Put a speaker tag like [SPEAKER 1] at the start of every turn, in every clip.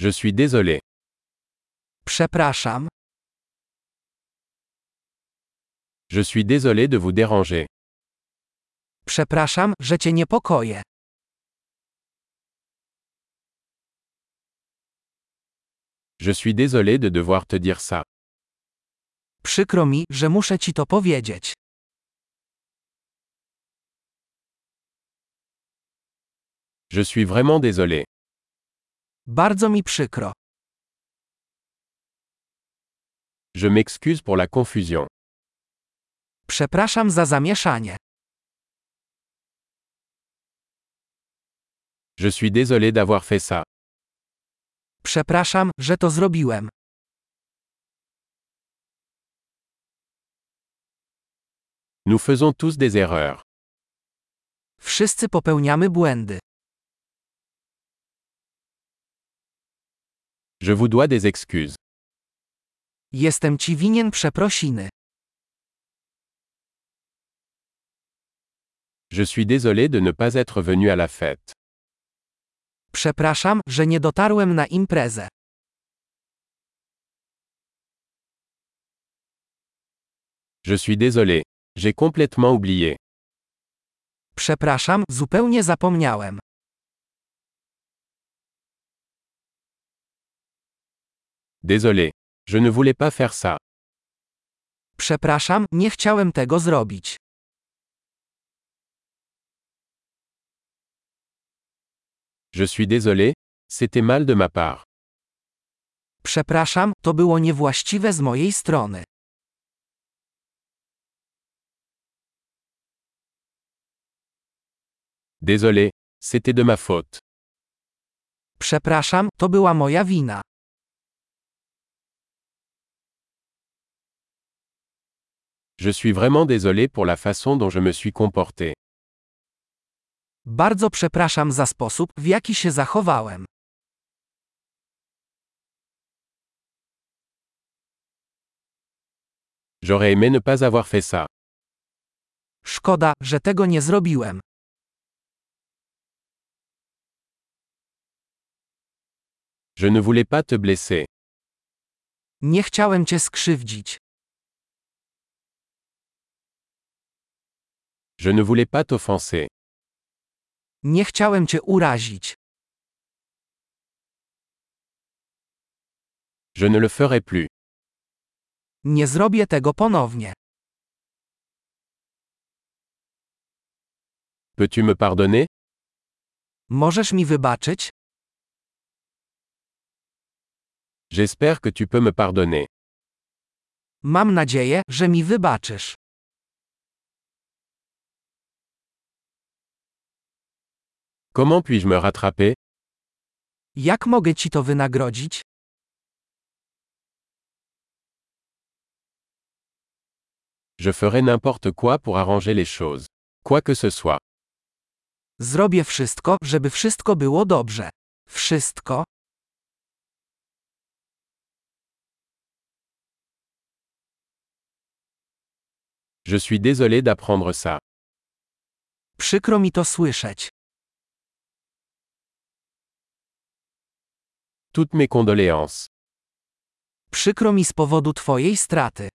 [SPEAKER 1] Je suis désolé.
[SPEAKER 2] Przepraszam,
[SPEAKER 1] Je suis désolé de vous déranger.
[SPEAKER 2] przepraszam, że cię niepokoję.
[SPEAKER 1] Je suis désolé de devoir te dire ça.
[SPEAKER 2] Przykro mi, że muszę ci to powiedzieć.
[SPEAKER 1] Je suis vraiment désolé.
[SPEAKER 2] Bardzo mi przykro.
[SPEAKER 1] Je m'excuse pour la confusion.
[SPEAKER 2] Przepraszam za zamieszanie.
[SPEAKER 1] Je suis désolé d'avoir fait ça.
[SPEAKER 2] Przepraszam, że to zrobiłem.
[SPEAKER 1] Nous faisons tous des erreurs.
[SPEAKER 2] Wszyscy popełniamy błędy.
[SPEAKER 1] Je vous dois des excuses.
[SPEAKER 2] Jestem ci winien przeprosiny.
[SPEAKER 1] Je suis désolé de ne pas être venu à la fête.
[SPEAKER 2] Przepraszam, że nie dotarłem na imprezę.
[SPEAKER 1] Je suis désolé. J'ai complètement oublié.
[SPEAKER 2] Przepraszam, zupełnie zapomniałem.
[SPEAKER 1] Désolé. Je ne voulais pas faire ça.
[SPEAKER 2] Przepraszam, nie chciałem tego zrobić.
[SPEAKER 1] Je suis désolé. C'était mal de ma part.
[SPEAKER 2] Przepraszam, to było niewłaściwe z mojej strony.
[SPEAKER 1] Désolé. C'était de ma faute.
[SPEAKER 2] Przepraszam, to była moja wina.
[SPEAKER 1] Je suis vraiment désolé pour la façon dont je me suis comporté.
[SPEAKER 2] Bardzo przepraszam za sposób, w jaki się zachowałem.
[SPEAKER 1] J'aurais aimé ne pas avoir fait ça.
[SPEAKER 2] Szkoda, że tego nie zrobiłem.
[SPEAKER 1] Je ne voulais pas te blesser.
[SPEAKER 2] Nie chciałem cię skrzywdzić.
[SPEAKER 1] Je ne voulais pas t'offenser.
[SPEAKER 2] Nie chciałem cię urazić.
[SPEAKER 1] Je ne le ferai plus.
[SPEAKER 2] Nie zrobię tego ponownie.
[SPEAKER 1] Peux-tu me pardonner
[SPEAKER 2] Możesz mi wybaczyć?
[SPEAKER 1] J'espère que tu peux me pardonner.
[SPEAKER 2] Mam nadzieję, że mi wybaczysz.
[SPEAKER 1] Comment puis-je me rattraper
[SPEAKER 2] Jak mogę ci to wynagrodzić?
[SPEAKER 1] Je ferai n'importe quoi pour arranger les choses. Quoi que ce soit.
[SPEAKER 2] Zrobię wszystko, żeby wszystko było dobrze. Wszystko?
[SPEAKER 1] Je suis désolé d'apprendre ça.
[SPEAKER 2] Przykro mi to słyszeć.
[SPEAKER 1] Toutes mes condoléances.
[SPEAKER 2] Przykro mi z powodu twojej straty.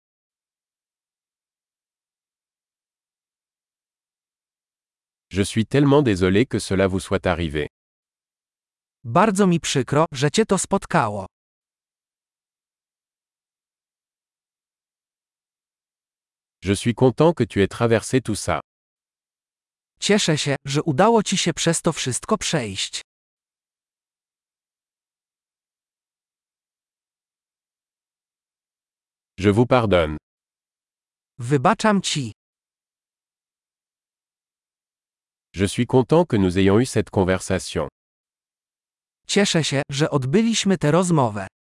[SPEAKER 1] Je suis tellement désolé que cela vous soit arrivé.
[SPEAKER 2] Bardzo mi przykro, że cię to spotkało.
[SPEAKER 1] Je suis content que tu aies traversé tout ça.
[SPEAKER 2] Cieszę się, że udało ci się przez to wszystko przejść.
[SPEAKER 1] Je vous pardonne.
[SPEAKER 2] Wybaczam ci.
[SPEAKER 1] Je suis content que nous ayons eu cette conversation.
[SPEAKER 2] Cieszę się, że odbyliśmy tę rozmowę.